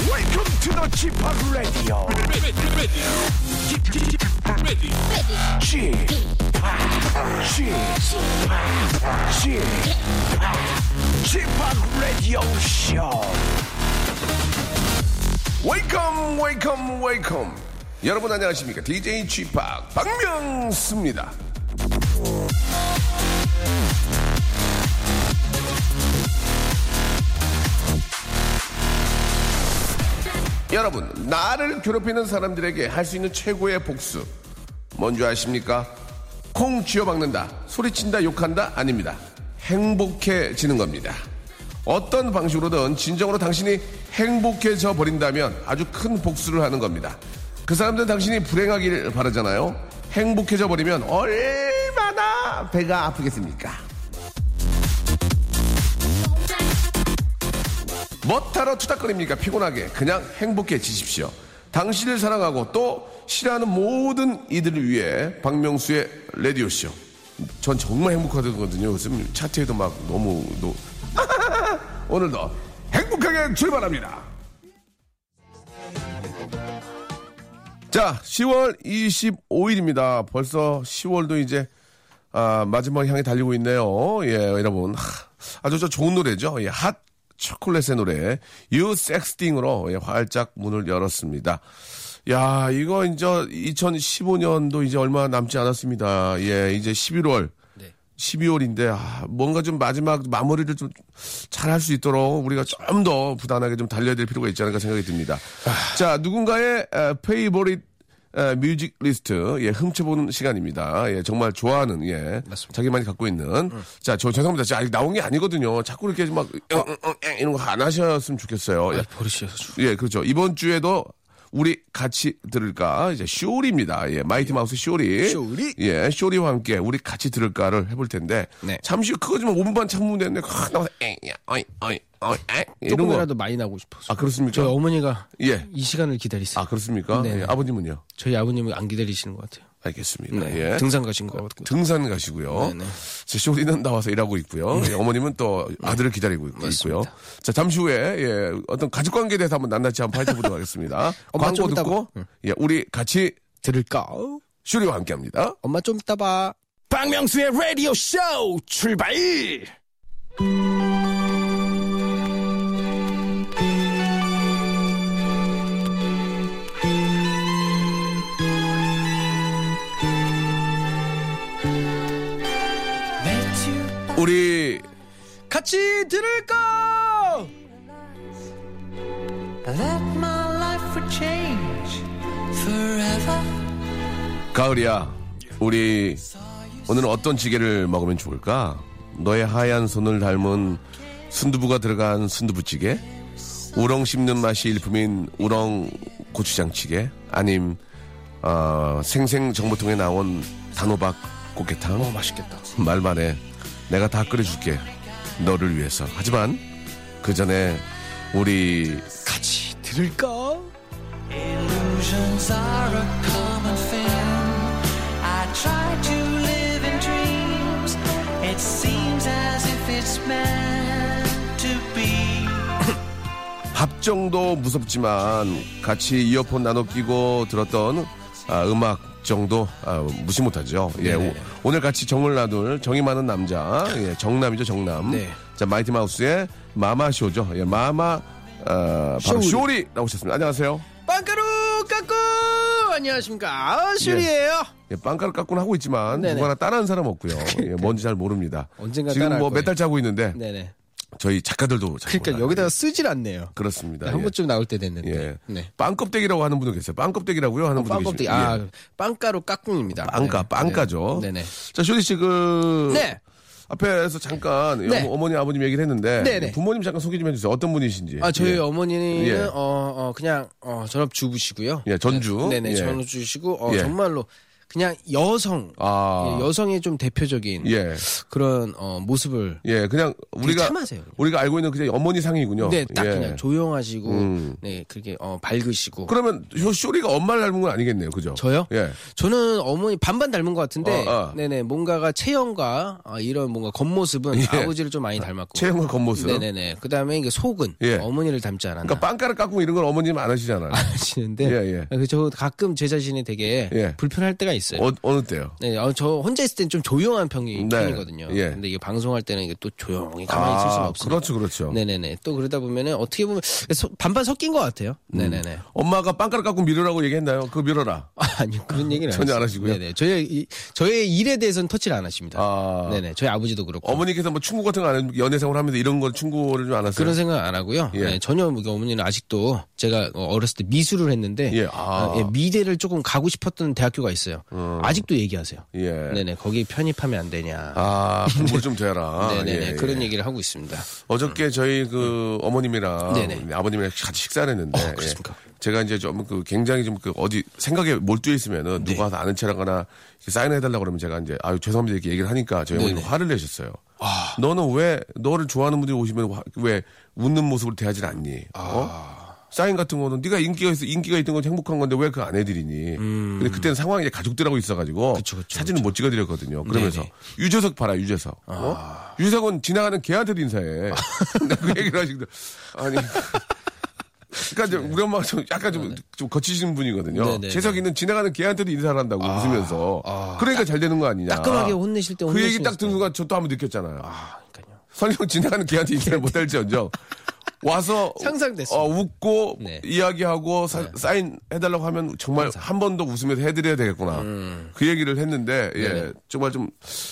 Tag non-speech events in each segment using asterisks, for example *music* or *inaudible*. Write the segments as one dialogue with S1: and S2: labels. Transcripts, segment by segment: S1: to the g p o Radio.
S2: ready, ready, ready, ready.
S1: g p g p g p Radio Show.
S3: 웨이컴 웨이컴 웨이컴 여러분 안녕하십니까 DJ g p 박명수입니다 여러분 나를 괴롭히는 사람들에게 할 수 있는 최고의 복수 뭔지 아십니까? 콩 쥐어박는다 소리친다 욕한다 아닙니다 행복해지는 겁니다 어떤 방식으로든 진정으로 당신이 행복해져 버린다면 아주 큰 복수를 하는 겁니다 그 사람들은 당신이 불행하길 바라잖아요 행복해져 버리면 얼마나 배가 아프겠습니까 뭐하러 투닥거립니까? 피곤하게 그냥 행복해지십시오. 당신을 사랑하고 또 싫어하는 모든 이들을 위해 박명수의 라디오 쇼. 전 정말 행복하거든요. 요즘 차트에도 막 너무 *laughs* 노... 오늘도 행복하게 출발합니다. 자, 10월 25일입니다. 벌써 10월도 이제 아, 마지막 향해 달리고 있네요. 예, 여러분. 하, 아주 저 좋은 노래죠. 예, 핫 초콜릿의 노래 You Sexting으로 예, 활짝 문을 열었습니다. 야, 이거 이제 2015년도 이제 얼마 남지 않았습니다. 예, 이제 11월
S2: 네.
S3: 12월인데 아, 뭔가 좀 마지막 마무리를 좀 잘 할 수 있도록 우리가 좀 더 부단하게 좀 달려야 될 필요가 있지 않을까 생각이 듭니다. 자, 누군가의 에, 페이보릿 에, 뮤직 리스트 예, 훔쳐보는 시간입니다. 예, 정말 좋아하는 예, 자기만이 갖고 있는
S2: 음.
S3: 자, 저 죄송합니다. 제가 아직 나온 게 아니거든요. 자꾸 이렇게 막 어, 응, 응, 응, 응 이런 거 안 하셨으면 좋겠어요. 예,
S2: 버릇이어서 좀.
S3: 예, 그렇죠. 이번 주에도 우리 같이 들을까? 이제 쇼리입니다. 예, 마이티 마우스 쇼리.
S2: 쇼리?
S3: 예, 쇼리와 함께 우리 같이 들을까를 해볼 텐데.
S2: 네.
S3: 잠시 후 그거 좀 5분만 참으면 되는데, 확 나와서, 엥, 야, 어이, 어이, 어이, 엥. 이런 거.
S2: 조금이라도 많이 나고 싶어서.
S3: 아, 그렇습니까?
S2: 저희 어머니가
S3: 예.
S2: 이 시간을 기다리세요.
S3: 아, 그렇습니까?
S2: 네.
S3: 예, 아버님은요?
S2: 저희 아버님은 안 기다리시는 것 같아요.
S3: 알겠습니다. 예.
S2: 네. 등산 가신 것 같고.
S3: 등산 가시고요.
S2: 네네. 네.
S3: 제 쇼리는 나와서 일하고 있고요. 예, 어머님은 또 아들을 기다리고 있고 있고요. 자, 잠시 후에 예, 어떤 가족 관계에 대해서 한번 낱낱이 한번 파헤쳐보도록
S2: *laughs*
S3: 하겠습니다.
S2: 엄마
S3: 광고
S2: 좀 어, 이따
S3: 듣고 예, 우리 같이
S2: 들을까?
S3: 쇼리와 함께합니다.
S2: 엄마 좀 이따 봐.
S1: 박명수의 라디오 쇼 출발.
S3: 우리
S2: 같이 들을까?
S4: That my life would change forever.
S3: 가을이야 우리 오늘은 어떤 찌개를 먹으면 좋을까 너의 하얀 손을 닮은 순두부가 들어간 순두부찌개 우렁 씹는 맛이 일품인 우렁 고추장찌개 아님 어, 생생 정보통에 나온 단호박 꽃게탕
S2: 어, 맛있겠다.
S3: 말만 해 내가 다 끓여줄게 너를 위해서 하지만 그 전에 우리
S2: 같이 들을까?
S4: Illusions are a common thing. I try to live in dreams. It seems as if it's meant to be.
S3: 합정도 무섭지만 같이 이어폰 나눠 끼고 들었던 아, 음악 정도 아, 무시 못하죠. 예,
S2: 네네.
S3: 오, 늘 같이 정을 나눌 정이 많은 남자, 예, 정남이죠 정남.
S2: 네.
S3: 자 마이티 마우스의 마마쇼죠. 예, 마마 어, 바로
S2: 쇼리.
S3: 쇼리 나오셨습니다. 안녕하세요.
S2: 빵가루 깎고! 안녕하십니까. 아, 슈리예요
S3: 예, 빵가루 깎고는 하고 있지만
S2: 네네.
S3: 누구 하나 따라하는 사람
S2: *laughs*
S3: 없고요. 예, 뭔지 잘 모릅니다.
S2: 언젠가
S3: 지금
S2: 따라할
S3: 뭐 몇
S2: 거예요.
S3: 달째 하고 있는데
S2: 네네.
S3: 저희 작가들도 잘
S2: 그러니까
S3: 몰라요. 예,
S2: 여기다가 쓰질 않네요.
S3: 그렇습니다.
S2: 한
S3: 예.
S2: 번쯤 나올 때 됐는데.
S3: 예.
S2: 네.
S3: 빵껍데기라고 하는 분도 계세요. 빵껍데기라고요 하는 분도 예.
S2: 빵껍데기.
S3: 계시죠.
S2: 아, 빵가루 깍꿍입니다.
S3: 빵가,
S2: 네.
S3: 빵가죠.
S2: 네네.
S3: 자, 쇼리 씨, 그.
S2: 네.
S3: 앞에서 잠깐
S2: 네.
S3: 어머- 어머니, 아버님 얘기를 했는데.
S2: 네네.
S3: 부모님 잠깐 소개 좀 해주세요. 어떤 분이신지.
S2: 아, 저희
S3: 예.
S2: 어머니는,
S3: 예.
S2: 어, 어, 그냥, 어, 전업주부시고요.
S3: 예, 전주.
S2: 네네,
S3: 예.
S2: 전업주시고, 어,
S3: 예.
S2: 정말로 그냥 여성
S3: 아.
S2: 예, 여성의 좀 대표적인
S3: 예.
S2: 그런 어, 모습을
S3: 예, 그냥 우리가
S2: 참하세요, 그냥.
S3: 우리가 알고 있는 그냥 어머니 상이군요.
S2: 네, 딱
S3: 예.
S2: 그냥 조용하시고
S3: 음.
S2: 네 그렇게 어, 밝으시고
S3: 그러면 쇼- 쇼리가 엄마를 닮은 건 아니겠네요, 그죠?
S2: 저요?
S3: 예.
S2: 저는 어머니 반반 닮은 것 같은데
S3: 어, 어.
S2: 네네 뭔가가 체형과 아, 이런 뭔가 겉모습은
S3: 예.
S2: 아버지를 좀 많이 닮았고
S3: 체형과 겉모습.
S2: 네네네 그다음에 이게 속은
S3: 예.
S2: 어머니를 닮지 않았나
S3: 그러니까 빵가루 깎고 이런 건 어머님 안 하시잖아요.
S2: 하시는데
S3: 예,
S2: 그저 가끔 제 자신이 되게
S3: 예.
S2: 불편할 때가 있어요.
S3: 어, 어느 때요?
S2: 네, 어, 저 혼자 있을 땐 좀 조용한 편이,
S3: 네.
S2: 편이거든요.
S3: 예.
S2: 근데 이게 방송할 때는 이게 또 조용히 가만히 네, 있을 수는 없어요.
S3: 그렇죠, 그렇죠.
S2: 네네네. 또 그러다 보면은 어떻게 보면 소- 반반 섞인 것 같아요.
S3: 음.
S2: 네네네. *laughs*
S3: 엄마가 빵가루 깎고 밀으라고 얘기했나요? 그거 밀어라.
S2: 아니 그런 얘기는
S3: 전혀
S2: 했어요.
S3: 안 하시고요?
S2: 네네. 저의 이- 저의 일에 대해서는 터치를 안 하십니다.
S3: 아.
S2: 네네. 저희 아버지도 그렇고.
S3: 어머니께서 뭐 충고 같은 거 안 해, 연애생활 하면서 이런 거 충고를 좀 안 하세요?
S2: 그런 생각 안 하고요.
S3: 예.
S2: 네, 전혀 뭐 어머니는 아직도 제가 어, 어렸을 때 미술을 했는데
S3: 예, 아.
S2: 예, 미대를 조금 가고 싶었던 대학교가 있어요. 아직도 얘기하세요.
S3: 예.
S2: 네네 거기 편입하면 안 되냐.
S3: 아, 공부를 좀 되라.
S2: *laughs* 네네네
S3: 예, 예.
S2: 그런 얘기를 하고 있습니다.
S3: 어저께 저희 그 어머님이랑
S2: 네네.
S3: 아버님이랑 같이 식사를 했는데
S2: 어, 그렇습니까?
S3: 예. 제가 이제 좀 그 굉장히 좀 그 어디 생각에 몰두해 있으면은
S2: 네.
S3: 누가 와서 아는 체라거나 사인해 달라 고 그러면 제가 이제 아유 죄송합니다 이렇게 얘기를 하니까 저희 어머니
S2: 네네. 아.
S3: 화를 내셨어요. 너는 왜 너를 좋아하는 분들이 오시면 화- 왜 웃는 모습으로 대하질 않니? 어? 사인 같은 거는 네가 인기가 있어 인기가 있던 건 행복한 건데 왜 그 안 해드리니? 근데 그때는 상황이 이제 가족들하고 있어가지고
S2: 음. 그쵸, 그쵸,
S3: 사진을 못 찍어드렸거든요. 그러면서
S2: 네네. 아.
S3: 유재석 봐라 유재석. 어? 유재석은 지나가는 개한테도
S2: *laughs*
S3: 인사해. 그 얘기를 하시고 아니. 그러니까 이제 우리 엄마가 좀 약간 좀, 좀 거치시는 분이거든요.
S2: 네. 네네네. 아,
S3: 재석이는 지나가는 개한테도 인사를 한다고 웃으면서 그러니까 잘 되는 거 아니냐.
S2: 따끔하게 혼내실 때
S3: 그
S2: 혼내시는
S3: 얘기 딱 듣는 순간 저 또 한번 느꼈잖아요. 설령 지나가는 개한테 인사를 못할지언정 와서
S2: *laughs* 상상됐습니다.
S3: 어, 웃고
S2: 네.
S3: 이야기하고 사, 인 해달라고 하면 정말 한 번 더 웃으면서 해드려야 되겠구나.
S2: 음.
S3: 그 얘기를 했는데 예, 정말 좀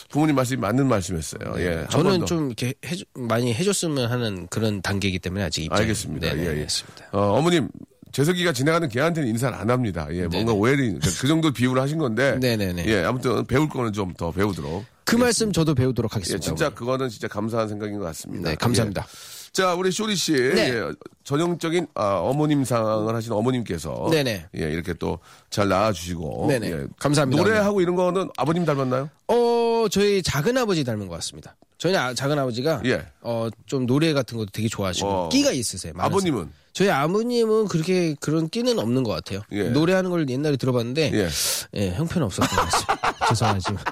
S3: 부모님 말씀이 맞는 말씀이었어요. 예, 한번
S2: 네. 저는
S3: 더.
S2: 좀 이렇게 해주- 많이 해줬으면 하는 그런 단계이기 때문에 아직 입장이
S3: 알겠습니다.
S2: 네네,
S3: 예, 예.
S2: 알겠습니다.
S3: 어, 어머님, 재석이가 지나가는 개한테는 인사를 안 합니다. 예, 뭔가 오해를, 그 정도 비유를 하신 건데.
S2: 네네네.
S3: 예, 아무튼 배울 거는 좀 더 배우도록.
S2: 그 말씀 저도 배우도록 하겠습니다.
S3: 예, 진짜
S2: 어머니.
S3: 그거는 진짜 감사한 생각인 것 같습니다.
S2: 네, 감사합니다.
S3: 예. 자, 우리 쇼리 씨.
S2: 네.
S3: 예, 전형적인 아, 어머님 상을 하신 어머님께서.
S2: 네네.
S3: 예, 이렇게 또 잘 낳아주시고.
S2: 네네.
S3: 예.
S2: 감사합니다.
S3: 노래하고 이런 거는 아버님 닮았나요?
S2: 어 저희 작은 아버지 닮은 것 같습니다. 저희 아, 작은 아버지가
S3: 예.
S2: 어좀 노래 같은 것도 되게 좋아하시고
S3: 어.
S2: 끼가 있으세요. 많아서.
S3: 아버님은?
S2: 저희 아버님은 그렇게 그런 끼는 없는 것 같아요.
S3: 예.
S2: 노래하는 걸 옛날에 들어봤는데
S3: 예.
S2: 예. 형편 없었던 것 같습니다. *laughs* 죄송하지만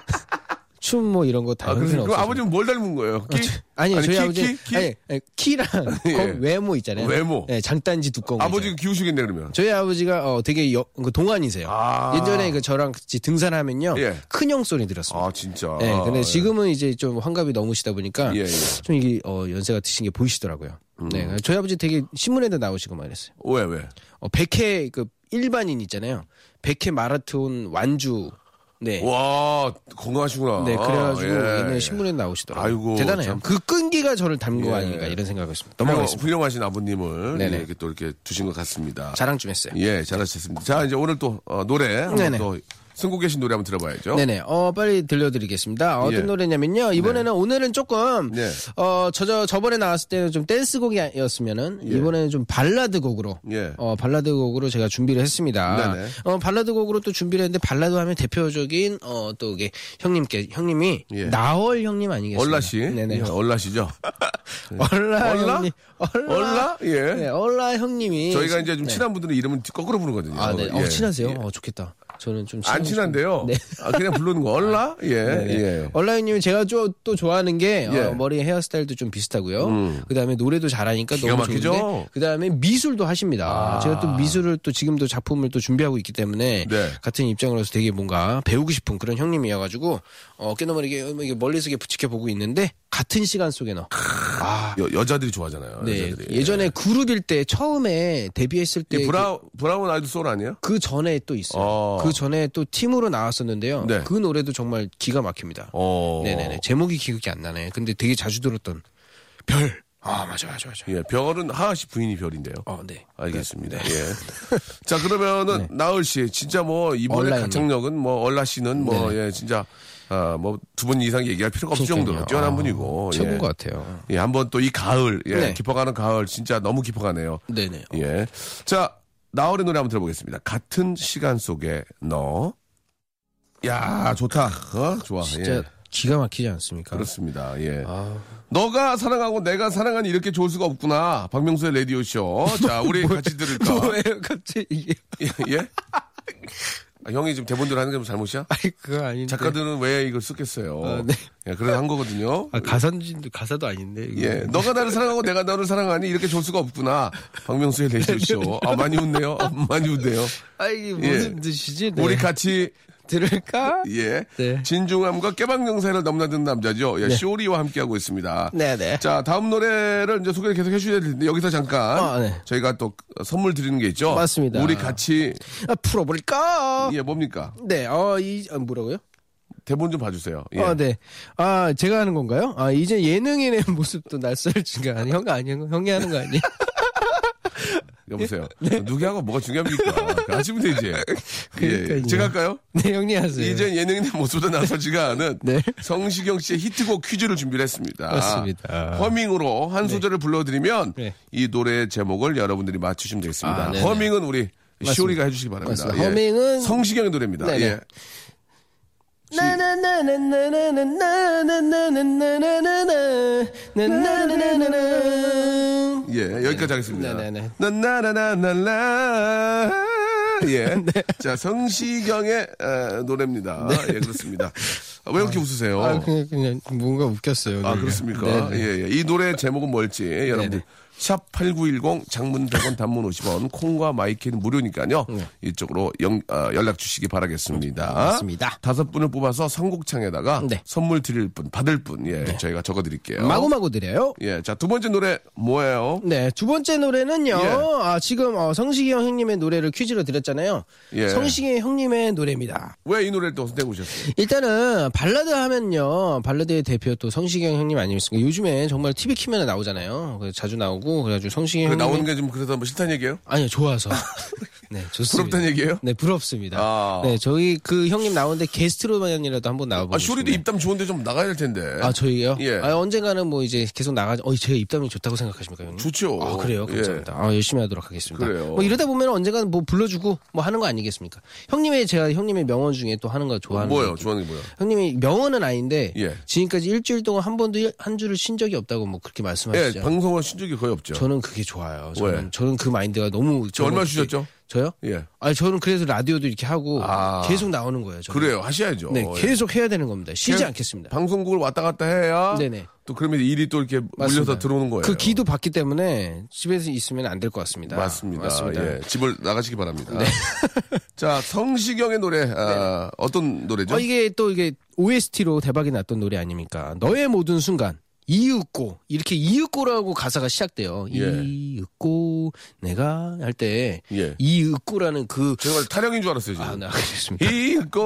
S2: 춤 뭐 이런 거 다
S3: 아,
S2: 형편
S3: 그래서 그
S2: 없어서.
S3: 아버님은 뭘 닮은 거예요? 키?
S2: 아니, 저희
S3: 키,
S2: 아버지
S3: 키, 키?
S2: 아니, 아니, 키랑
S3: *laughs* 예.
S2: 거- 외모 있잖아요.
S3: 외모.
S2: 예, 장단지 두꺼운 거
S3: 아버지가
S2: 있잖아요.
S3: 기우시겠네, 그러면.
S2: 저희 아버지가 어, 되게 여- 그 동안이세요.
S3: 아.
S2: 예전에 그 저랑 같이 등산하면요.
S3: 예.
S2: 큰형 소리 들었습니다.
S3: 아, 진짜.
S2: 예, 근데
S3: 예.
S2: 지금은 이제 좀 환갑이 넘으시다 보니까
S3: 예, 예. 음.
S2: 좀 이게 어, 연세가 드신 게 보이시더라고요. 네, 저희 아버지 되게 신문에도 나오시고 막 이랬어요.
S3: 아, 왜, 왜?
S2: 어, 백회 그 일반인 있잖아요. 백회 마라톤 완주. 네.
S3: 와 건강하시구나.
S2: 네, 그래가지고
S3: 예.
S2: 옛날에 신문에 나오시더라고요.
S3: 아이고,
S2: 대단해요.
S3: 참. 예.
S2: 그 끈기가 저를 닮은 거 아닌가 이런 생각을 했습니다.
S3: 훌륭,
S2: 넘어가겠습니다.
S3: 훌륭하신 아버님을 예,
S2: 네네.
S3: 이렇게 또 이렇게 두신 것 같습니다.
S2: 자랑 좀 했어요.
S3: 예, 잘하셨습니다. 자, 이제 오늘 또 어, 노래 한번
S2: 네네.
S3: 또 선곡하신 노래 한번 들어봐야죠.
S2: 네네. 어, 빨리 들려드리겠습니다. 어떤
S3: 예.
S2: 노래냐면요. 이번에는 오늘은 조금,
S3: 네.
S2: 어, 저, 저, 저번에 나왔을 때는 좀 댄스곡이었으면은, 이번에는 좀 발라드 곡으로,
S3: 예.
S2: 어, 발라드 곡으로 제가 준비를 했습니다.
S3: 네네.
S2: 어, 발라드 곡으로 또 준비를 했는데, 발라드 하면 대표적인, 어, 또 이게, 형님께, 형님이,
S3: 예.
S2: 나얼 형님 아니겠습니까?
S3: 얼라 씨,
S2: 네네.
S3: 예, 얼라 씨죠.
S2: *laughs* 얼라,
S3: 얼라?
S2: 형님. 얼라?
S3: 얼라? 예.
S2: 네, 얼라 형님이. 네.
S3: 저희가 이제 좀 친한 분들은 이름은 거꾸로 부르거든요.
S2: 예, 아, 네. 어,
S3: 예.
S2: 친하세요?
S3: 예.
S2: 어, 좋겠다. 저는 좀
S3: 안
S2: 친하고
S3: 친한데요.
S2: 네.
S3: 아, 그냥 부르는 거 얼라. 예, 예.
S2: 얼라인님은 제가 좀 또 좋아하는 게
S3: 예.
S2: 어, 머리 헤어스타일도 좀 비슷하고요. 그다음에 노래도 잘하니까
S3: 기가
S2: 너무
S3: 막히죠? 아.
S2: 좋은데 그다음에 미술도 하십니다. 제가 또 미술을 또 지금도 작품을 또 준비하고 있기 때문에
S3: 네.
S2: 같은 입장으로서 되게 뭔가 배우고 싶은 그런 형님이어가지고 어, 깨너머리게 이게 멀리서 이렇게 지켜보고 있는데 같은 시간 속에 너.
S3: 여, 자들이 좋아하잖아요.
S2: 네.
S3: 여자들이.
S2: 예전에 그룹일 때 처음에 데뷔했을
S3: 예.
S2: 때.
S3: 브라 브라운 아이드 소울 아니에요?
S2: 그 전에 또 있어요.
S3: 어.
S2: 그 전에 또 팀으로 나왔었는데요.
S3: 네.
S2: 그 노래도 정말 기가 막힙니다.
S3: 어.
S2: 네네네. 제목이 기억이 안 나네. 근데 되게 자주 들었던 별. 아, 맞아, 맞아, 맞아.
S3: 예, 별은 하하 씨 부인이 별인데요.
S2: 어, 네.
S3: 알겠습니다. 예. 자 그러면은 나을 씨 진짜 뭐 이번에
S2: 얼라
S3: 가창력은 뭐 얼라 씨는 뭐 예 진짜 아뭐두 분 이상 얘기할 필요가 없을
S2: 그러니까요.
S3: 정도로 뛰어난
S2: 아,
S3: 분이고 예.
S2: 최고인 것 같아요.
S3: 예, 한번 또 이 가을 예
S2: 네.
S3: 깊어가는 가을 진짜 너무 깊어가네요.
S2: 네네.
S3: 예. 자 나을의 노래 한번 들어보겠습니다. 같은 시간 속에 너. 야, 좋다. 어, 좋아.
S2: 진짜 아.
S3: 예.
S2: 기가 막히지 않습니까?
S3: 그렇습니다. 예. 너가 사랑하고 내가 사랑하니 이렇게 좋을 수가 없구나. 박명수의 라디오 쇼. 자,
S2: *laughs*
S3: 우리 같이 들을까?
S2: 뭐예요, 갑자기 이게?
S3: 예? 예? 아, 형이 지금 대본대로 하는 게 잘못이야?
S2: 아니 그거 아닌데.
S3: 작가들은 왜 이걸 쓰겠어요?
S2: 아, 네.
S3: 예, 그래서 한 거거든요.
S2: 아, 네. 가사인지도 가사도 아닌데. 이거.
S3: 예, 너가 나를 사랑하고 내가 너를 사랑하니 이렇게 좋을 수가 없구나. 박명수의 라디오 쇼. 아 많이 웃네요. 아, 많이 웃네요.
S2: 아 이게
S3: 예.
S2: 무슨 뜻이지? 네.
S3: 우리 같이
S2: 들을까?
S3: 예.
S2: 네.
S3: 진중함과 깨방정 사이를 넘나드는 남자죠. 예, 쇼리와 함께하고 있습니다.
S2: 네네.
S3: 자, 다음 노래를 이제 소개를 계속 해주셔야 되는데, 여기서 잠깐.
S2: 아, 네.
S3: 저희가 또 선물 드리는 게 있죠.
S2: 맞습니다.
S3: 우리 같이,
S2: 아, 풀어볼까?
S3: 예, 뭡니까?
S2: 네, 어, 이, 아, 뭐라고요?
S3: 대본 좀 봐주세요. 예.
S2: 아, 네. 아, 제가 하는 건가요? 아, 이제 예능인의 *laughs* 모습도 낯설지가 아니, 형 아니야, 형이 하는 거 아니야?
S3: 여보세요. 누구하고 뭐가 중요합니까? 하시면 되지. 예.
S2: 네. 그러니까요.
S3: 제가 할까요?
S2: *laughs* 네, 형님 하세요.
S3: 이제 예능인의 모습도 나서지가
S2: *laughs*
S3: 않은
S2: 네.
S3: 성시경 씨의 히트곡 퀴즈를 준비를 했습니다.
S2: 맞습니다.
S3: 허밍으로 한 소절을 불러드리면
S2: 네.
S3: 이 노래의 제목을 여러분들이 맞추시면 되겠습니다.
S2: 아, 네네.
S3: 허밍은 우리 시오리가 해주시기 바랍니다. 예.
S2: 맞습니다. 허밍은-
S3: 성시경의 노래입니다.
S2: 네네.
S3: 예.
S2: 나나나나나나나나나나나나나나나나나.
S3: 예, 여기까지 하겠습니다.
S2: 네네네.
S3: 나나나나나라.
S2: *laughs*
S3: 예.
S2: 네.
S3: 자, 성시경의 어, 노래입니다. 예, 그렇습니다. 아, 왜 이렇게 웃으세요?
S2: 아, 그냥, 그냥 뭔가 웃겼어요.
S3: 아,
S2: 그냥.
S3: 그렇습니까?
S2: 네, 네.
S3: 예, 예. 이 노래 제목은 뭘지 여러분들
S2: 네네.
S3: 샵 8910 장문 100원 단문 50원 콩과 마이키는 무료니까요. 이쪽으로 영- 어, 연락 주시기 바라겠습니다.
S2: 네. 맞습니다.
S3: 다섯 분을 뽑아서 선곡창에다가
S2: 네.
S3: 선물 드릴 분, 받을 분 예, 저희가 적어 드릴게요.
S2: 마구마구 드려요.
S3: 예. 자, 두 번째 노래 뭐예요?
S2: 네, 두 번째 노래는요.
S3: 예.
S2: 아, 지금 어, 성시경 형님의 노래를 퀴즈로 드렸잖아요.
S3: 예.
S2: 성시경 형님의 노래입니다.
S3: 왜 이 노래를 또 선택해 오셨어요?
S2: 일단은 발라드 하면요 발라드의 대표 또 성시경 형님 아니겠습니까 요즘에 정말 TV 키면 나오잖아요 그래서 자주 나오고 그래가지고 성시경
S3: 그
S2: 형님
S3: 나오는 게 좀 그래서 뭐 싫다는 얘기예요?
S2: 아니요
S3: *laughs*
S2: 좋아서 네 좋습니다
S3: 부럽다는 얘기예요?
S2: 네 부럽습니다
S3: 아.
S2: 네 저희 그 형님 나오는데 게스트로만이라도 한번 나와보고
S3: 아, 쇼리도
S2: 싶네요.
S3: 입담 좋은데 좀 나가야 될 텐데.
S2: 아 저희요?
S3: 예.
S2: 아, 언젠가는 뭐 이제 계속 나가죠 어 제가 입담이 좋다고 생각하십니까 형님?
S3: 좋죠.
S2: 아 그래요?
S3: 예.
S2: 감사합니다 아 열심히 하도록 하겠습니다
S3: 그래요.
S2: 뭐 이러다 보면 언젠가는 뭐 불러주고 뭐 하는 거 아니겠습니까 형님의 제가 형님의 명언 중에 또 하는 거 좋아하는
S3: 뭐예요?
S2: 거
S3: 좋아하는 게 뭐예요?
S2: 형님이 명언은 아닌데
S3: 예.
S2: 지금까지 일주일 동안 한 번도 일- 한 줄을 쉰 적이 없다고 뭐 그렇게 말씀하시죠.
S3: 예, 방송을 신 적이 거의 없죠.
S2: 저는 그게 좋아요.
S3: 왜?
S2: 저는, 저는 그 마인드가 너무
S3: 저 얼마
S2: 저는
S3: 주셨죠?
S2: 저요?
S3: 예.
S2: 아니 저는 그래서 라디오도 이렇게 하고
S3: 아.
S2: 계속 나오는 거예요. 저는.
S3: 그래요. 하셔야죠.
S2: 네,
S3: 예.
S2: 계속 해야 되는 겁니다. 쉬지
S3: 그냥
S2: 않겠습니다.
S3: 방송국을 왔다 갔다 해야
S2: 네. 네네.
S3: 또 그러면 일이 또 이렇게
S2: 맞습니다.
S3: 물려서 들어오는 거예요.
S2: 그 기도 받기 때문에 집에서 있으면 안 될 것 같습니다.
S3: 맞습니다.
S2: 맞습니다. 네.
S3: 예, 집을 나가시기 바랍니다. *laughs* 자, 성시경의 노래 아, 어떤 노래죠?
S2: 어, 이게 또 이게 OST로 대박이 났던 노래 아닙니까? 너의 모든 순간. 이윽고 이렇게 이윽고라고 가사가 시작돼요.
S3: 예.
S2: 이윽고 내가 할 때
S3: 예.
S2: 이윽고라는 그
S3: 제가 타령인 줄 알았어요 지금.
S2: 아, 어, 나 그랬습니다.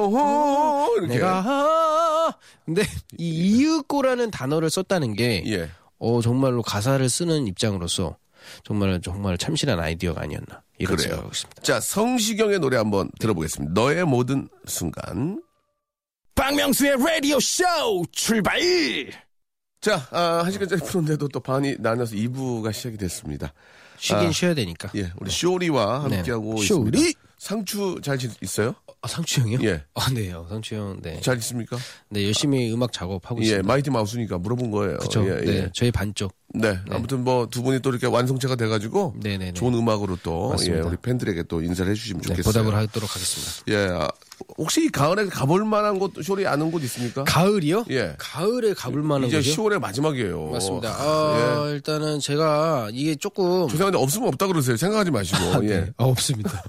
S3: 이거 이렇게
S2: 내가 근데 이 이윽고라는 단어를 썼다는 게
S3: 예.
S2: 어, 정말로 가사를 쓰는 입장으로서 정말 정말 참신한 아이디어가 아니었나 이런
S3: 그래요.
S2: 생각하고 있습니다.
S3: 자, 성시경의 노래 한번 들어보겠습니다. 너의 모든 순간.
S1: 박명수의 라디오 쇼 출발!
S3: 자, 아, 한 시간짜리 푸는데도 또 반이 나눠서 2부가 시작이 됐습니다.
S2: 쉬긴
S3: 아.
S2: 쉬어야 되니까.
S3: 예, 우리 쇼리와
S2: 네.
S3: 함께하고
S2: 쇼리?
S3: 있습니다. 상추 잘 지- 있어요?
S2: 아, 상추 형이요?
S3: 예.
S2: 아, 네요. 상추 형. 네.
S3: 잘 있습니까?
S2: 네, 열심히 음악 작업하고
S3: 예,
S2: 있습니다.
S3: 마이티 마우스니까 물어본 거예요.
S2: 그렇죠.
S3: 예, 예.
S2: 네, 저희 반쪽.
S3: 네, 아무튼 뭐 두 분이 또 이렇게 완성체가 돼가지고
S2: 네네네.
S3: 좋은 음악으로 또
S2: 맞습니다.
S3: 예, 우리 팬들에게 또 인사를 해주시면
S2: 네,
S3: 좋겠어요.
S2: 보답을 하도록 하겠습니다.
S3: 예, 아, 혹시 이 가을에 가볼 만한 곳 쇼리 아는 곳 있습니까?
S2: 가을이요?
S3: 예.
S2: 가을에 가볼 만한
S3: 이제
S2: 거죠?
S3: 10월의 마지막이에요.
S2: 맞습니다.
S3: 아,
S2: 아, 일단은 제가 이게 조금
S3: 예. 죄송한데 없으면 없다 그러세요. 생각하지 마시고. 예.
S2: 네, 아, 없습니다.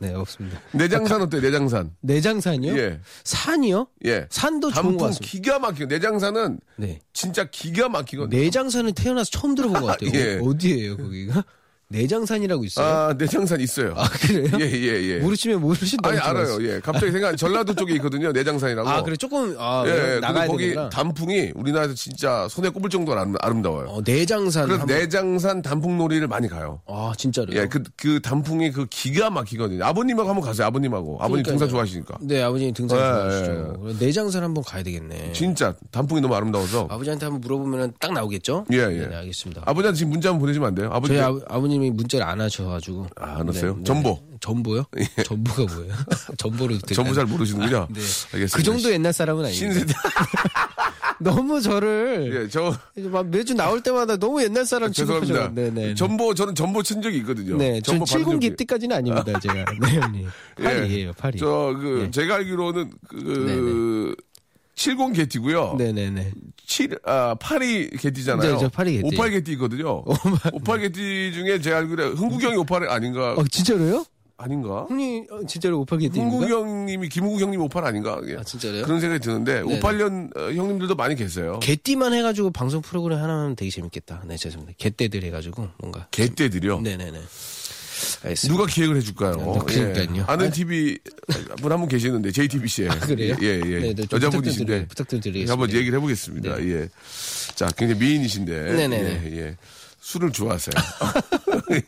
S2: 네, 없습니다.
S3: 내장산 어때? 요 내장산.
S2: 내장산이요?
S3: 예.
S2: 산이요?
S3: 예.
S2: 산도 좋은 것
S3: 단풍
S2: 같습니다.
S3: 기가 막히고 내장산은
S2: 네.
S3: 진짜 기가 막히거든요.
S2: 내장산은 태어나서 처음 들어본 것 같아요.
S3: *laughs* 예.
S2: 어디예요, 거기가? 내장산이라고 있어요?
S3: 아, 내장산 있어요.
S2: 네. 아, 그래요?
S3: 예, 예, 예.
S2: 모르시면 모르신다고.
S3: 아니 알아요.
S2: 들었어요.
S3: 예. 갑자기 생각 전라도 쪽에 있거든요. 내장산이라고.
S2: 아, 그래 조금 아,
S3: 예, 근데
S2: 나가야
S3: 거기
S2: 되구나.
S3: 단풍이 우리나라에서 진짜 손에 꼽을 정도로 아름, 아름다워요.
S2: 어, 내장산
S3: 그래서
S2: 한번
S3: 내장산 단풍놀이를 많이 가요.
S2: 아, 진짜로요?
S3: 예, 그, 그 단풍이 그 기가 막히거든요. 아버님하고 한번 가세요, 아버님하고. 아버님
S2: 그러니까요.
S3: 등산 좋아하시니까.
S2: 네, 아버님 등산
S3: 예,
S2: 좋아하시죠. 그럼 네 내장산 한번 가야 되겠네.
S3: 진짜 단풍이 너무 아름다워서.
S2: 아버지한테 한번 물어보면 딱 나오겠죠?
S3: 예, 예.
S2: 네, 알겠습니다.
S3: 아버지한테 지금 문자 한번 보내시면 안 돼요? 아버지.
S2: 저희 아버, 아버님이 님이 문자를 안 하셔가지고. 네,
S3: 아, 안 왔어요? 전보.
S2: 전보요? *laughs* 전보가 뭐예요? 전보를 듣
S3: 전부 잘 모르시는군요.
S2: 네.
S3: 알겠습니다.
S2: 그 정도 옛날 사람은 아니에요.
S3: 신세대.
S2: *laughs* 너무 저를
S3: 예, 저
S2: 이제 막 매주 나올 때마다 너무 옛날 사람
S3: 죄송합니다.
S2: 취급하셔. 네네.
S3: 전보 저는 전보 친 적이 있거든요.
S2: 네,
S3: 전보
S2: 전
S3: 받은
S2: 70기
S3: 적이-
S2: 때까지는 아닙니다, 제가. 네,
S3: *laughs*
S2: 형님. 파리예요, 파리.
S3: 저그
S2: 예. 네,
S3: 제가 알기로는 그 70 게티고요.
S2: 네네네.
S3: 7, 아, 8이 게티잖아요.
S2: 네, 저 파리 게티.
S3: 58 게티거든요.
S2: *laughs*
S3: 58 게티 중에 제가 알기로 흥국영이 58 아닌가?
S2: 어, 진짜로요?
S3: 아닌가?
S2: 형님, 어, 진짜로 오파게 인가
S3: 흥국영님이 김흥국 형님 58 아닌가? 예.
S2: 아, 진짜로요?
S3: 그런 생각이 드는데
S2: 네네.
S3: 58년 어, 형님들도 많이 계세요.
S2: 개띠만 해가지고 방송 프로그램 하나 하면 되게 재밌겠다. 네, 죄송합니다. 개떼들 해가지고 뭔가.
S3: 개떼들이요.
S2: 네네네. 알겠습니다.
S3: 누가 기획을 해줄까요? 예.
S2: 네, 그러니까요.
S3: 아는
S2: 아,
S3: TV 분 한 분 계시는데 JTBC에
S2: 그래요?
S3: 예, 예.
S2: 네, 네, 좀
S3: 여자분이신데
S2: 부탁드리- 부탁드리겠습니다.
S3: 한번 얘기를 해보겠습니다. 예. 자, 굉장히 미인이신데
S2: 네, 네, 네.
S3: 예, 예. 술을
S2: *laughs*
S3: 좋아하세요.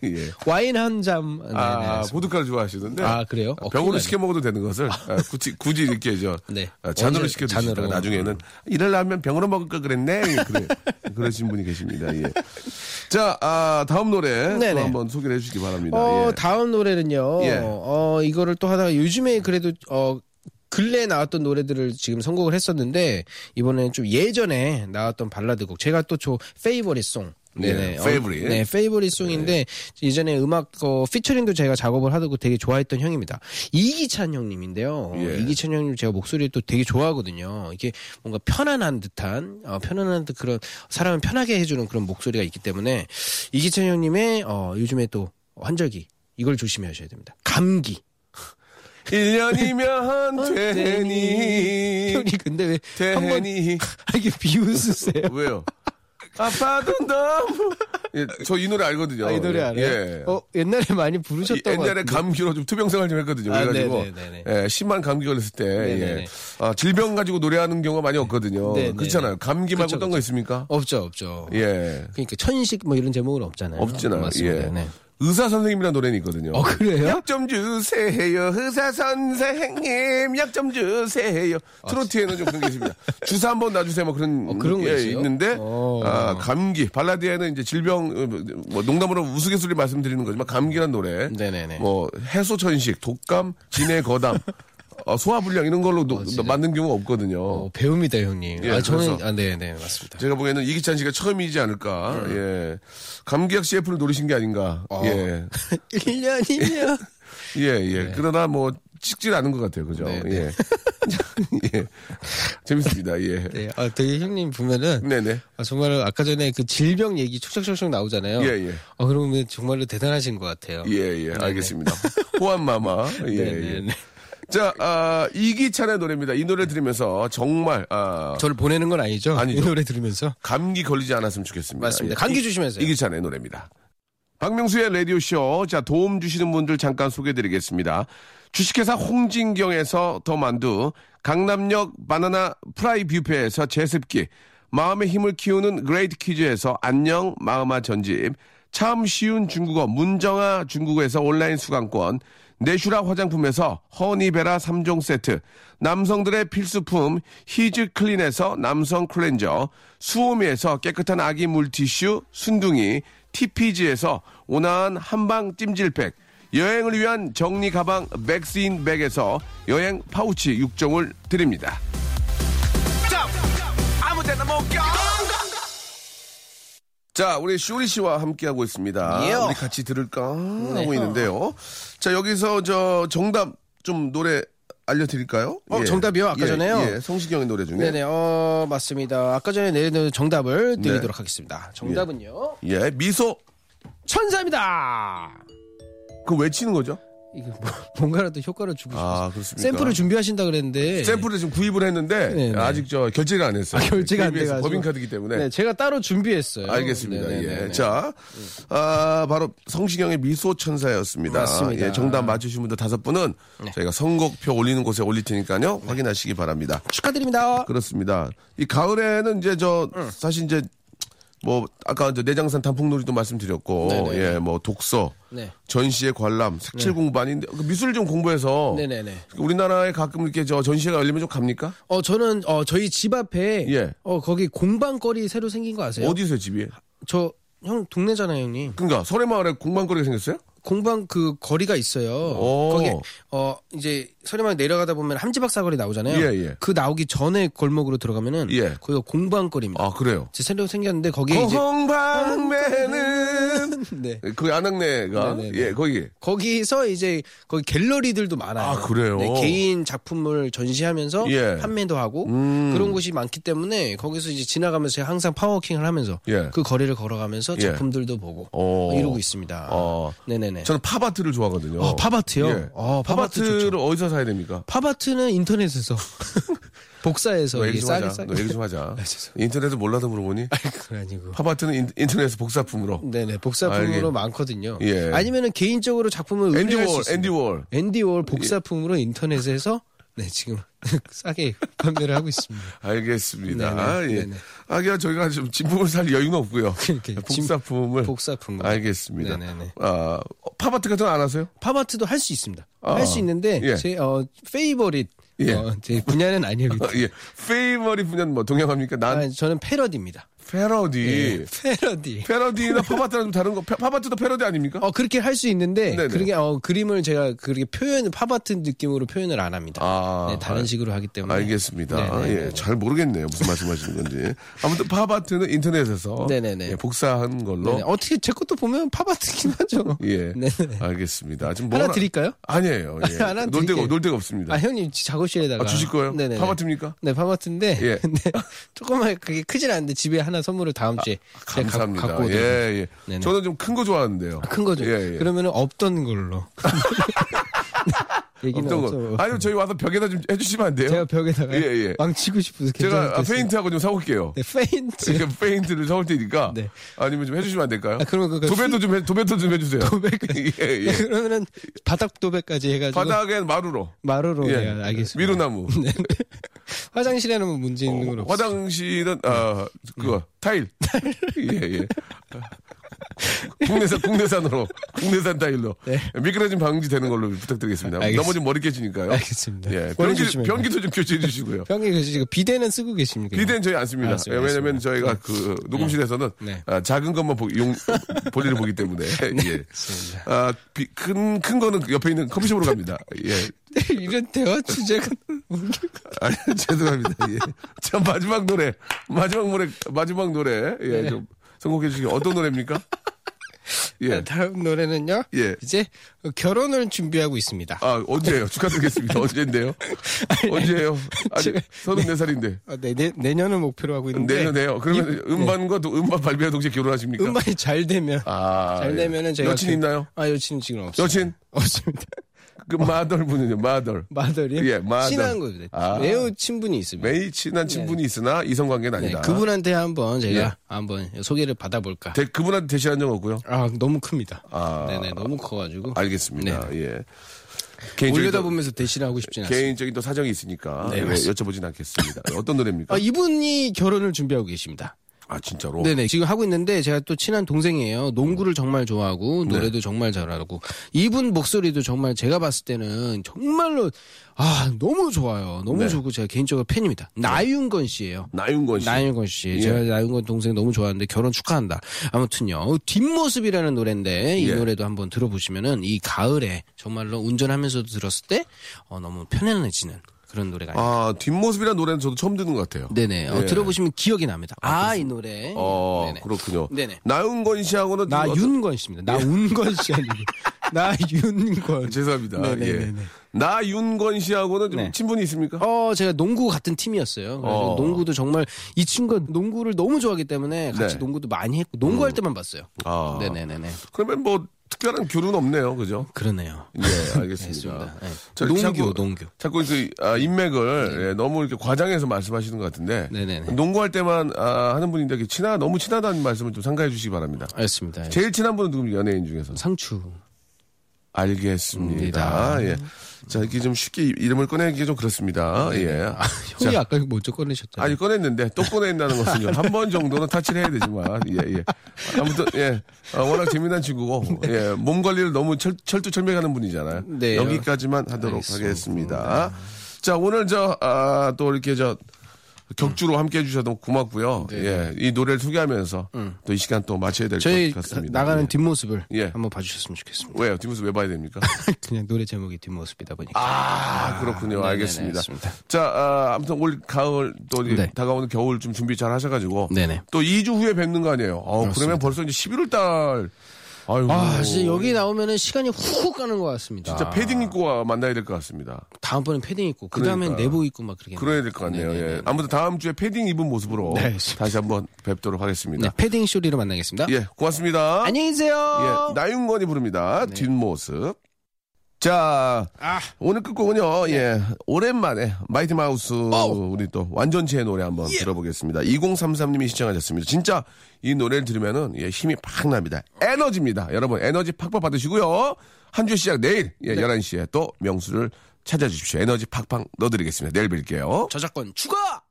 S3: 예.
S2: 와인 한 잔. 네네.
S3: 아, 보드카를 좋아하시는데.
S2: 네, 아, 그래요? 어,
S3: 병으로
S2: 큰일
S3: 시켜 먹어도 되는 것을 아, 굳이, 굳이 이렇게 저
S2: 네.
S3: 아, 잔으로
S2: 원래
S3: 시켜 드시다가
S2: 잔으로.
S3: 나중에는 이럴라면 병으로 먹을 걸 그랬네. 예,
S2: *laughs*
S3: 그래, 그러신 분이 계십니다. 예. 자, 아, 다음 노래
S2: 네,
S3: 또
S2: 네.
S3: 한번 소개를 해주시기 바랍니다.
S2: 어,
S3: 예.
S2: 다음 노래는요.
S3: 예.
S2: 어, 이거를 또 하다가 요즘에 그래도 어 근래에 나왔던 노래들을 지금 선곡을 했었는데 이번에는 좀 예전에 나왔던 발라드곡. 제가 또 저 페이버릿 송.
S3: 네,
S2: 네네. 어,
S3: favorite.
S2: 네, 페이버릿 송인데
S3: 네.
S2: 예전에 음악 어, 피처링도 제가 작업을 하고 되게 좋아했던 형입니다. 이기찬 형님인데요.
S3: 예.
S2: 이기찬 형님 제가 목소리를 또 되게 좋아하거든요. 이게 뭔가 편안한 듯한 어, 편안한 듯 그런 사람을 편하게 해주는 그런 목소리가 있기 때문에 이기찬 형님의 어, 요즘에 또 환절기 이걸 조심하셔야 됩니다. 감기. 어,
S3: 1년이면 되니.
S2: *laughs* 형이 근데 왜 한번
S3: 되니.
S2: *laughs* 이게 비웃으세요?
S3: 왜요? 아빠 돈 너무. 예, 저 이 노래 알거든요.
S2: 아, 이 노래 알아요?
S3: 예.
S2: 어, 옛날에 많이
S3: 이-
S2: 부르셨던 것
S3: 옛날에
S2: 같은데.
S3: 감기로 좀 투병생활 좀 했거든요.
S2: 아,
S3: 그래가지고
S2: 네네네네.
S3: 예, 심한 감기 걸렸을 때
S2: 네네네.
S3: 예. 아, 질병 가지고 노래하는 경우가 많이 없거든요.
S2: 네네네. 그렇죠,
S3: 그렇잖아요. 감기 말고
S2: 그쵸,
S3: 어떤 거 있습니까?
S2: 없죠, 없죠.
S3: 예,
S2: 그러니까 천식 뭐 이런 제목은 없잖아요.
S3: 없잖아요.
S2: 맞습니다.
S3: 예.
S2: 네.
S3: 의사 선생님이라는 노래는 있거든요.
S2: 어 그래요?
S3: 약 좀 주세요, 의사 선생님. 약 좀 주세요. 트로트에는 좀 그런 게
S2: *laughs*
S3: 있습니다. 주사 한번 놔주세요. 뭐 그런
S2: 아, 어, 그런 거
S3: 예,
S2: 있어요?
S3: 있는데
S2: 어.
S3: 아, 감기 발라드에는 이제 질병 어, 뭐 농담으로 우스갯소리 말씀드리는 거지만 감기란 노래.
S2: 네네네.
S3: 뭐 해소 천식, 독감, 진해 거담, 어, 소화불량 이런 걸로 노-
S2: 진짜.
S3: 만든 경우가 없거든요.
S2: 어, 배움이다 형님.
S3: 예,
S2: 아 저는
S3: 그래서-
S2: 아 네네 맞습니다. *laughs*
S3: 제가 보기에는 이기찬 씨가 처음이지 않을까. 예. 감기약 CF를 노리신 게 아닌가.
S2: 어.
S3: 예.
S2: 1년이면
S3: 예, 예. 그러나 뭐 찍질 않은 것 같아요. 그죠?
S2: 네,
S3: 예. *laughs* 예. 재밌습니다. 예.
S2: 네, 아 되게 형님 보면은
S3: 네, 네.
S2: 아, 정말 아까 전에 그 질병 얘기 촉촉촉촉 나오잖아요.
S3: 예, 예.
S2: 아 그러면 정말로 대단하신 것 같아요.
S3: 예, 예. 알겠습니다. 호환마마. 예, 예.
S2: 네, *laughs* 네네네.
S3: 자, 아, 이기찬의 노래입니다. 이 노래 들으면서 정말 아,
S2: 저를 보내는 건 아니죠?
S3: 아니죠.
S2: 이 노래 들으면서
S3: 감기 걸리지 않았으면 좋겠습니다.
S2: 맞습니다.
S3: 예.
S2: 감기 조심하세요.
S3: 이기찬의 노래입니다. 박명수의 라디오쇼. 자, 도움 주시는 분들 잠깐 소개해드리겠습니다. 주식회사 홍진경에서 더 만두, 강남역 바나나 프라이 뷔페에서 제습기, 마음의 힘을 키우는 그레이트 키즈에서 안녕 마음아 전집, 참 쉬운 중국어 문정아 중국어에서 온라인 수강권, 내슈라 화장품에서 허니베라 3종 세트, 남성들의 필수품 히즈 클린에서 남성 클렌저, 수오미에서 깨끗한 아기 물티슈, 순둥이, TPG에서 온화한 한방 찜질팩, 여행을 위한 정리 가방 맥스인 백에서 여행 파우치 6종을 드립니다. 자, 우리 쇼리 씨와 함께하고 있습니다.
S2: 예요. 네.
S3: 우리 같이 들을까 하고 있는데요. 자, 여기서 저 정답 좀 노래 알려드릴까요?
S2: 어, 정답이요? 아까
S3: 예,
S2: 전에요?
S3: 예, 성시경의 노래 중에.
S2: 네네 어 맞습니다. 아까 전에 내리는 정답을 드리도록 하겠습니다. 정답은요
S3: 네. 예, 미소.
S2: 천사입니다.
S3: 그 외치는 거죠?
S2: 이게 뭐- 뭔가라도 효과를 주고 싶어서
S3: 아, 그렇습니까?
S2: 샘플을 준비하신다 그랬는데
S3: 샘플을 지금 구입을 했는데
S2: 네, 네.
S3: 아직 저 결제를 안 했어요.
S2: 아, 결제가 안
S3: KBS
S2: 돼가지고.
S3: 법인카드기 때문에.
S2: 네, 제가 따로 준비했어요.
S3: 알겠습니다.
S2: 네네네네.
S3: 예. 자, 아, 바로 성시경의 미소천사였습니다.
S2: 맞습니다. 네.
S3: 예, 정답 맞추신 분들 다섯 분은 저희가 선곡표 올리는 곳에 올릴 테니까요. 확인하시기 바랍니다.
S2: 축하드립니다.
S3: 그렇습니다. 이 가을에는 이제 저
S2: 음.
S3: 사실 이제 뭐 아까 이제 내장산 단풍놀이도 말씀드렸고
S2: 네네.
S3: 예 뭐 독서
S2: 네.
S3: 전시의 관람 색칠 공부하는데 그 미술 좀 공부해서 그
S2: 네네네.
S3: 우리나라에 가끔 이렇게 저 전시회가 열리면 좀 갑니까?
S2: 어 저는 어 저희 집 앞에
S3: 예.
S2: 어 거기 공방거리 새로 생긴 거 아세요?
S3: 어디서 집이?
S2: 저 형 동네잖아요, 형님.
S3: 그러니까 설해마을에 공방거리가 생겼어요?
S2: 공방 그 거리가 있어요.
S3: 오.
S2: 거기 어 이제 서리마을 내려가다 보면 함지박 사거리 나오잖아요.
S3: 예, 예.
S2: 그 나오기 전에 골목으로 들어가면은
S3: 예.
S2: 거기가 공방 거리입니다.
S3: 아 그래요.
S2: 제 새로 생겼는데
S3: 예,
S2: 거기에 이제
S3: 공방매는 *laughs*
S2: 네.
S3: 그 안학내가
S2: 네네네.
S3: 예 거기
S2: 거기서 이제 거기 갤러리들도 많아요.
S3: 아, 그래요?
S2: 네, 개인 작품을 전시하면서
S3: 예. 음.
S2: 판매도 하고 그런 곳이 많기 때문에 거기서 이제 지나가면서 제가 항상 파워킹을 하면서
S3: 예.
S2: 그 거리를 걸어가면서
S3: 예.
S2: 작품들도 보고
S3: 어.
S2: 이러고 있습니다.
S3: 어.
S2: 아, 네네네.
S3: 저는 팝아트를 좋아하거든요.
S2: 어, 팝아트요? 어, 팝아트
S3: 팝아트를
S2: 좋죠.
S3: 어디서 사야 됩니까?
S2: 팝아트는
S3: *laughs*
S2: 인터넷에서 복사해서
S3: 너 얘기
S2: 이게
S3: 좀
S2: 싸게
S3: 하자.
S2: 싸게 아,
S3: 너
S2: *laughs*
S3: 얘기 좀 하자.
S2: 죄송해요.
S3: 인터넷에서 몰라서 물어보니
S2: 그건 아니고.
S3: 팝아트는 인, 인터넷 복사품으로.
S2: 네네
S3: 아,
S2: 복사품으로
S3: 이게-
S2: 많거든요.
S3: 예.
S2: 아니면은 개인적으로 작품을
S3: 앤디
S2: 의뢰할
S3: 월,
S2: 수
S3: 앤디
S2: 있습니다.
S3: 월. 예.
S2: 앤디 월 복사품으로 인터넷에서 네 지금 *laughs* 싸게 판매를 하고 있습니다.
S3: 알겠습니다.
S2: 네네,
S3: 예.
S2: 네네.
S3: 아기야 저희가 좀 진품을 살 여유는 없고요. 아,
S2: 그렇게 진-
S3: 복사품을
S2: 복사품.
S3: 알겠습니다.
S2: 네네네.
S3: 아 팝아트 같은 거 안 하세요?
S2: 팝아트도 할 수 있습니다.
S3: 아,
S2: 할 수 있는데
S3: 예.
S2: 제 어, 페이버릿
S3: 예.
S2: 어, 제 분야는 아니거든요.
S3: 어, 예. 페이머리 분야는 뭐 동양합니까? 난 예.
S2: 아, 예. 저는 패러디입니다.
S3: 패러디.
S2: 패러디.
S3: 패러디나 팝아트랑 좀 다른 거. 패- 팝아트도 패러디 아닙니까?
S2: 어 그렇게 할 수 있는데
S3: 네네.
S2: 그렇게 어, 그림을 제가 그렇게 표현 팝아트 느낌으로 표현을 안 합니다.
S3: 아,
S2: 네, 다른
S3: 알-
S2: 식으로 하기 때문에
S3: 알겠습니다.
S2: 네네.
S3: 예, 잘 모르겠네요. 무슨 말씀하시는 건지. 아무튼 팝아트는 인터넷에서
S2: 네네네.
S3: 예, 복사한 걸로.
S2: 네네. 어떻게 제 것도 보면 팝아트긴 하죠.
S3: 예.
S2: 네네.
S3: 알겠습니다. 지금
S2: 하나
S3: 뭐라-
S2: 드릴까요?
S3: 아니에요. 예.
S2: *laughs* 하나
S3: 놀 데가
S2: 드릴게요.
S3: 놀 데가 없습니다.
S2: 아 형님 지- 작업실에다가
S3: 아, 주실 거예요?
S2: 네네.
S3: 팝아트입니까?
S2: 네 팝아트인데 *laughs*
S3: 예.
S2: 네, 조금만 그게 크진 않은데 집에 하나 선물을 다음 주에 제가 가-
S3: 아, 감사합니다.
S2: 갖고
S3: 예,
S2: 오도록
S3: 예.
S2: 네네.
S3: 저는 좀 큰 거 좋아하는데요.
S2: 큰 거죠.
S3: 예, 예.
S2: 그러면은
S3: *laughs*
S2: 없던 걸로. 얘기는
S3: 어떤 거.
S2: 없어.
S3: 아니요, 저희 와서 벽에다 좀 해주시면 안 돼요?
S2: 제가 벽에다가
S3: 예, 예.
S2: 망치고 싶어서
S3: 제가 아,
S2: 괜찮을 때
S3: 페인트하고 좀 사올게요.
S2: 있어요. 네, 페인트. *laughs*
S3: 이렇게 페인트를 사올 테니까
S2: 네.
S3: 아니면 좀 해주시면 안 될까요?
S2: 아, 그러면 그거
S3: 도배도 좀 해, 도배도 좀 해주세요.
S2: 도배까지.
S3: *laughs* 예, 예.
S2: 네, 그러면은 바닥 도배까지 해가지고
S3: 바닥엔 마루로.
S2: 마루로
S3: 예.
S2: 네, 알겠습니다.
S3: 미루나무.
S2: 네. *laughs* 화장실에는 뭐 문제 있는 건
S3: 어,
S2: 없어요. 네.
S3: 화장실은 아 그거 타일. 예 예. 국내산 국내산으로 국내산 타일로
S2: 네.
S3: 미끄러짐 방지되는 걸로 부탁드리겠습니다.
S2: 알겠습니다.
S3: 넘어지면 머리 깨지니까요.
S2: 알겠습니다.
S3: 예,
S2: 머리
S3: 변기,
S2: 조심해요.
S3: 변기도 좀 교체해 주시고요.
S2: 형님 그 지금 비대는 쓰고 계십니까?
S3: 비대는 저희 안 씁니다.
S2: 예. 알았어요,
S3: 예, 왜냐면
S2: 알았습니다.
S3: 저희가 그 녹음실에서는
S2: 네.
S3: 아, 작은 것만 보, 용, 볼일을 보기 때문에
S2: *laughs*
S3: 예.
S2: 알겠습니다.
S3: 아, 비- 큰, 큰 거는 옆에 있는 커피숍으로 갑니다. 예.
S2: *laughs* 이런 대화 주제가
S3: 아, *laughs* 죄송합니다. 예. 자, 마지막 노래. 마지막 노래, 마지막 노래. 예,
S2: 네.
S3: 좀 선곡해 주시기 어떤 노래입니까? 예.
S2: *laughs* 다음 노래는요.
S3: 예.
S2: 이제 결혼을 준비하고 있습니다.
S3: 아, 언제예요? 축하드리겠습니다. 언젠데요? 언제예요? 아직
S2: 제가-
S3: 34살인데.
S2: 아, 네, 네, 내년을 목표로 하고 있는데
S3: 내년에요. 그러면 음반과 또 음반 발매와 동시에 결혼하십니까?
S2: 음반이 잘 되면
S3: 아,
S2: 잘
S3: 예.
S2: 되면은 제가
S3: 여친
S2: 그-
S3: 있나요?
S2: 아 여친은 지금 없어요.
S3: 여친?
S2: *laughs* 없습니다.
S3: 그 마덜 분은요, 마덜.
S2: 마더리
S3: 예, 마더.
S2: 친한 거예요.
S3: 아.
S2: 매우 친분이 있습니다.
S3: 매일 친한 친분이 있으나 이성관계는
S2: 네,
S3: 아니다.
S2: 그분한테 한번 제가
S3: 예. 한번
S2: 한번 소개를 받아볼까.
S3: 대- 그분한테 대시한 적 없고요.
S2: 아 너무 큽니다.
S3: 아.
S2: 네네 너무 커가지고
S3: 알겠습니다. 예.
S2: 네. 올려다
S3: 개인적인, 또,
S2: 보면서 대신하고 싶진 않습니다.
S3: 개인적인 또 사정이 있으니까
S2: 네,
S3: 예,
S2: 맞습니다.
S3: 여쭤보진 않겠습니다. 네, 어떤 노래입니까?
S2: 아, 이분이 결혼을 준비하고 계십니다.
S3: 아 진짜로?
S2: 네네 지금 하고 있는데 제가 또 친한 동생이에요. 농구를 정말 좋아하고
S3: 네.
S2: 노래도 정말 잘하고 이분 목소리도 정말 제가 봤을 때는 정말로 아 너무 좋아요. 너무
S3: 네.
S2: 좋고 제가 개인적으로 팬입니다. 나윤건 씨예요.
S3: 나윤건 씨.
S2: 나윤건 씨,
S3: 예.
S2: 제가 나윤건 동생 너무 좋아하는데 결혼 축하한다. 아무튼요, 뒷모습이라는 노래인데 이
S3: 예.
S2: 노래도 한번 들어보시면은 이 가을에 정말로 운전하면서도 들었을 때 어, 너무 편안해지는 그런 노래가. 아.
S3: 아 뒷모습이라는 노래는 저도 처음 듣는 것 같아요.
S2: 네네, 어,
S3: 예.
S2: 들어보시면 기억이 납니다. 아 이 노래.
S3: 어
S2: 네네.
S3: 그렇군요.
S2: 네네.
S3: 나윤건 씨하고는 좀 어떤-
S2: 나윤건 씨입니다. 나운건 씨 아니고
S3: *laughs*
S2: 나윤건.
S3: 죄송합니다. 예.
S2: 네네네네.
S3: 나윤건 씨하고는 좀
S2: 네.
S3: 친분이 있습니까?
S2: 어, 제가 농구 같은 팀이었어요. 그래서
S3: 어.
S2: 농구도 정말 이 친구가 농구를 너무 좋아하기 때문에 같이
S3: 네.
S2: 농구도 많이 했고 농구할 때만 봤어요.
S3: 아.
S2: 네네네네.
S3: 그러면 뭐 특별한 교류는 없네요, 그죠?
S2: *laughs* 그러네요.
S3: 예,
S2: 알겠습니다.
S3: 알겠습니다.
S2: 네.
S3: 저
S2: 농교,
S3: 자꾸-
S2: 농교. 네.
S3: 자꾸 그 아, 인맥을 예, 너무 이렇게 과장해서 말씀하시는 것 같은데
S2: 네네네.
S3: 농구할 때만 아, 하는 분인데 이렇게 친하 너무 친하다는 말씀을 좀 상가해 주시기 바랍니다.
S2: 알겠습니다. 예.
S3: 제일 친한 분은 누굽니까 연예인 중에서?
S2: 상추. 음,
S3: 알겠습니다.
S2: 네.
S3: 예. 자, 이렇게 좀 쉽게 이름을 꺼내기 좀 그렇습니다.
S2: 네,
S3: 예.
S2: 형이 아까 먼저 꺼내셨잖아요.
S3: 아니 꺼냈는데 또
S2: *laughs*
S3: 꺼낸다는 것은요 한 번 정도는 타치를 해야 되지만 뭐. 예예 아무튼 예 아, 워낙 재미난
S2: *laughs*
S3: 친구고 예 몸 관리를 너무 철, 철두철미하는 분이잖아요
S2: 네.
S3: 여기까지만 하도록
S2: 알겠습니다.
S3: 하겠습니다 자 오늘 저 아 또 이렇게 저 격주로 함께 해주셔서 너무 고맙고요.
S2: 네.
S3: 예, 이 노래를 소개하면서 또 이 시간 또 마쳐야 될
S2: 음. 저희
S3: 것 같습니다.
S2: 나가는
S3: 예.
S2: 뒷모습을
S3: 예.
S2: 한번 봐주셨으면 좋겠습니다. *laughs*
S3: 왜요? 뒷모습 왜 봐야 됩니까?
S2: 그냥 노래 제목이 뒷모습이다 보니까.
S3: 아, 그렇군요.
S2: 네네네,
S3: 알겠습니다.
S2: 알겠습니다.
S3: 자, 아, 아무튼 올 가을 또 이
S2: 네.
S3: 다가오는 겨울 좀 준비 잘 하셔가지고
S2: 네네.
S3: 또 2주 후에 뵙는 거 아니에요? 어, 그러면 벌써 이제 11월 달. 아유.
S2: 아, 진짜 여기 나오면은 시간이 훅훅 가는 것 같습니다.
S3: 진짜 패딩 입고 와- 만나야 될 것 같습니다.
S2: 다음번엔 패딩 입고, 그 다음엔
S3: 그러니까요.
S2: 내복 입고 막 그러겠네요.
S3: 그래야 될 것 같네요. 예. 아무튼 다음 주에 패딩 입은 모습으로
S2: 네, 알겠습니다.
S3: 다시 한번 뵙도록 하겠습니다.
S2: 네, 패딩 쇼리로 만나겠습니다.
S3: 예, 고맙습니다.
S2: 안녕히 네. 계세요.
S3: 예, 나윤건이 부릅니다. 뒷모습. 자,
S2: 아,
S3: 오늘 끝곡은요, 예, 오랜만에 마이티 마우스 예. 우리 또 완전체의 노래 한번 들어보겠습니다. 2033님이 시청하셨습니다. 진짜 이 노래를 들으면은 예, 힘이 팍 납니다. 에너지입니다. 여러분, 에너지 팍팍 받으시고요. 한 주 시작 내일, 예, 11시에 또 명수를 찾아주십시오. 에너지 팍팍 넣어드리겠습니다. 내일 뵐게요.
S2: 저작권 추가!